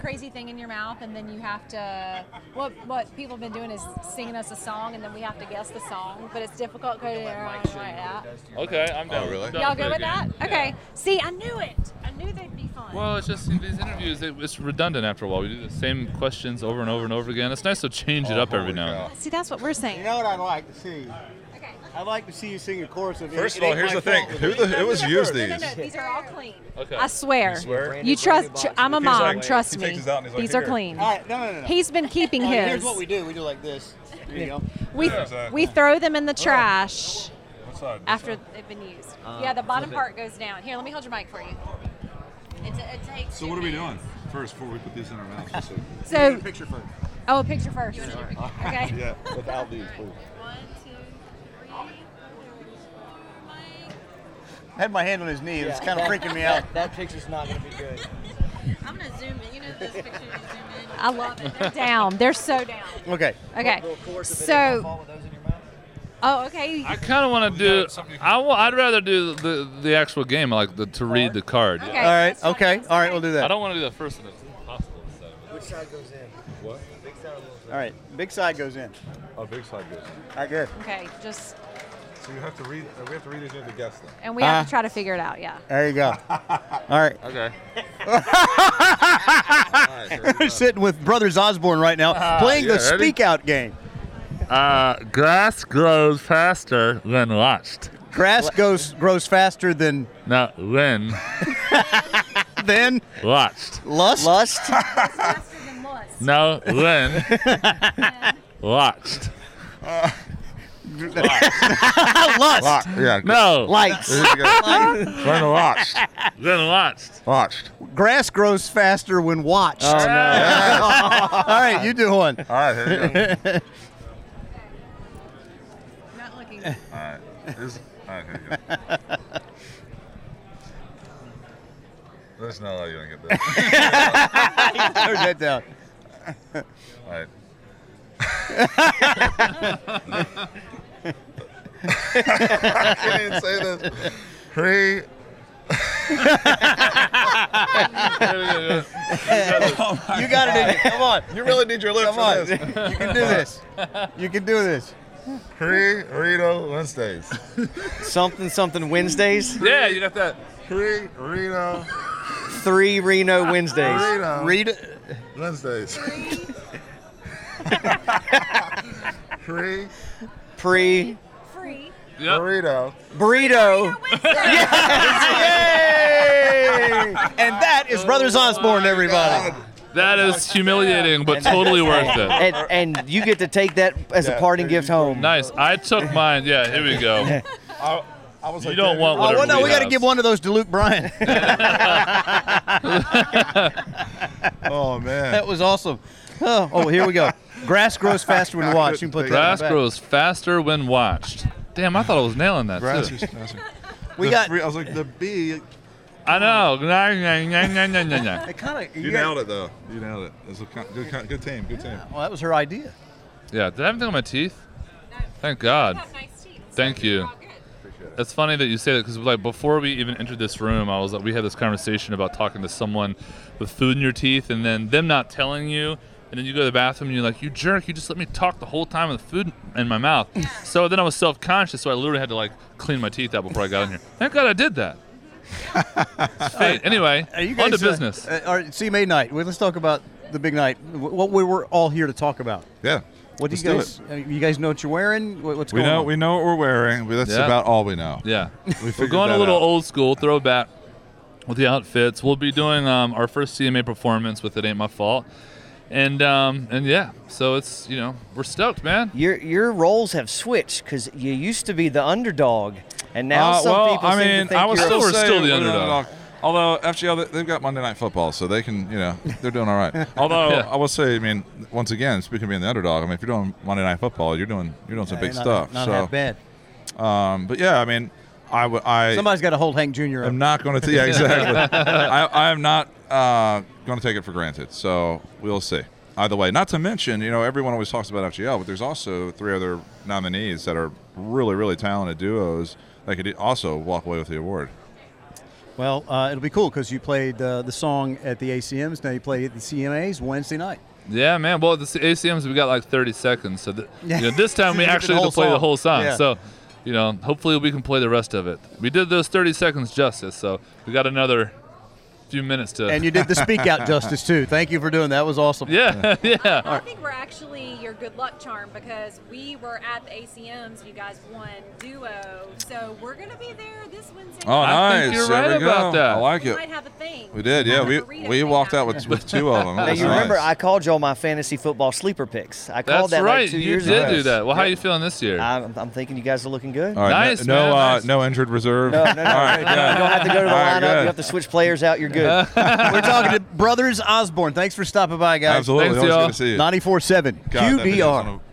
crazy thing in your mouth and then you have to what what people have been doing is singing us a song and then we have to guess the song but it's difficult because you're like Mike show you that. what it does to your Okay, I'm down. Oh, really? I'm down y'all for good the with game. that Yeah. okay see i knew it i knew they'd be fun Well, it's just these interviews, it, it's redundant after a while. We do the same questions over and over and over again. It's nice to change it Oh, up every holy now and cow. then. see that's what we're saying You know what I'd like to see? okay I'd like to see you sing a chorus of. First It of all, Ain't here's My the thing. Fault. Who the who was used no, these? no, no, these are all clean. Okay. I swear. You swear? You trust. Brandy I'm a He's like- mom. trust he me. takes his out and he's like, These are "Here." clean. All right, no, no, no. no. He's been keeping All right, his. Here's what we do. We do like this. There you go. We Yeah, exactly. Oh. we throw them in the trash What side? This after side? they've been used. Oh. Uh, yeah, the bottom flip it. part goes down. Here, let me hold your mic for you. It, ta- it takes. So two what are we minutes. doing first before we put these in our mouths? just so- Take a So, picture first. oh, a picture first. Okay. yeah, without these, please. I had my hand on his knee. It's kind of freaking me out. That, that picture's not going to be good. I'm gonna zoom in. You know this picture you zoom in. I love it. They're down. They're so down. Okay. Okay. Little chorus of it ain't my So, fault with those in your mouth. oh, okay. I kind of want to do. I w- I'd rather do the, the actual game, like the, to read the card. Okay. All right. that's fine. Okay. All right. We'll do I that. All don't want to do the first one. It's impossible. So. Which side goes in? What? Big side or little side? right. Big side goes in. Oh, big side goes. All right. Good. Okay. Just So you have to read. uh, We have to read these in to guess them. and we have Uh, to try to figure it out. Yeah. There you go. All right. Okay. We're sitting with Brothers Osborne right now, playing the yeah, ready? Speak Out game. Uh, grass grows faster than watched. Grass goes grows faster than No, when than watched. lust. Lust. No, when watched. lust. Yeah. No, Lights. Learn to watch. then watched. Watched. Grass grows faster when watched. All right. You do one. All right, here we go. Not looking. All right. This, all right, here we go. There's no way you're going to get this. Turn that down. All right. I can't even say this. Pre. You got it in you. Come on. You really need your lips Come on. You can do this. You can do this. Pre Rito Wednesdays. Something, something Wednesdays. Yeah, you got that. Pre Rito. Three Reno Wednesdays. Rito. Read. Wednesdays. Pre Pre Free. Yep. Rito. burrito. Yay! And that is Brothers Osborne, everybody. That is humiliating, but totally Oh, worth it. And, and you get to take that as a Yeah, parting there you gift home. Nice. I took mine. Yeah, here we go. I, I was You like, don't "Damn, want you're Oh, well, whatever no, we got to have. give one of those to Luke Bryan. right." Oh, man. that was awesome. Oh, oh, here we go. Grass grows faster when watched. You can put that Grass back. grows faster when watched. Damn, I thought I was nailing that Grass too. is faster. We The got. three- I was like the B. I know. Nah, nah, nah, nah, nah, nah, nah. It kind of. You nailed it though. You nailed it. It's a co- good, co- good team. Good team. Well, that was her idea. Yeah, did I have anything on my teeth? Thank God. Thank you. It's funny that you say that because like before we even entered this room, I was like, we had this conversation about talking to someone with food in your teeth, and then them not telling you, and then you go to the bathroom and you're like, you jerk, you just let me talk the whole time with food in my mouth. So then I was self conscious, so I literally had to like clean my teeth out before I got in here. Thank God I did that. It's fate. Anyway, Are you on to guys, uh, business. Uh, all right, CMA night. Well, let's talk about the big night. Wh- What we were all here to talk about. Yeah. What do Let's you guys? uh, you guys know what you're wearing? What- What's We going know. on? We know what we're wearing. But that's Yeah. about all we know. Yeah. We We're figured going a that little out. old school, throwback with the outfits. We'll be doing um, our first CMA performance with "It Ain't My Fault," and um, and yeah, so it's you know we're stoked, man. Your your roles have switched because you used to be the underdog, and now Uh, some well, people I seem mean, to think I was you're still- still, We're saying still the we're underdog. Although FGL, they- they've got Monday Night Football, so they can, you know, they're doing all right. Although Yeah. I will say, I mean, once again, speaking of being the underdog, I mean, if you're doing Monday Night Football, you're doing you're doing some Uh, big not, stuff. Not so, half bad. Um, but yeah, I mean, I would I Somebody's got to hold Hank Jr. up. am not going to take yeah, exactly. I, I am not uh, going to take it for granted. So we'll see. Either way, not to mention, you know, everyone always talks about FGL, but there's also three other nominees e, that are really, really talented duos that could also walk away with the award. Well, uh, it'll be cool because you played uh, the song at the ACMs. Now you play at the CMAs Wednesday night. Yeah, man. Well, the ACMs we got like 30 seconds, so th- Yeah. you know, this time we You did the actually get whole to play the song. whole song. Yeah. So, you know, hopefully we can play the rest of it. We did those 30 seconds justice, so we got another few minutes to. And you did the speak out justice too. Thank you for doing that. That was awesome. yeah, yeah. I think we're actually your good luck charm because we were at the ACMs. You guys won duo, so we're gonna be there this Wednesday. Oh, I nice. think you're There we right go. about that. I like we it. might have a thing. We did, yeah. We Burrito we thing walked out after. with, with two of them. Now, That's you remember nice. I called y'all my fantasy football sleeper picks. I called That's that right. like two you years did ago. do that. Well, how are you feeling this year? I'm, I'm thinking you guys are looking good. All right, Nice, no, man, no, uh, nice. no injured reserve. No, no, no. All right, good. you, don't, you don't have to go to the All right, lineup. You good. have to switch players out. You're good. We're talking to Brothers Osborne. Thanks for stopping by, guys. Absolutely, Thanks, always y'all. good to see you. 94.7 God, that video is QBR. on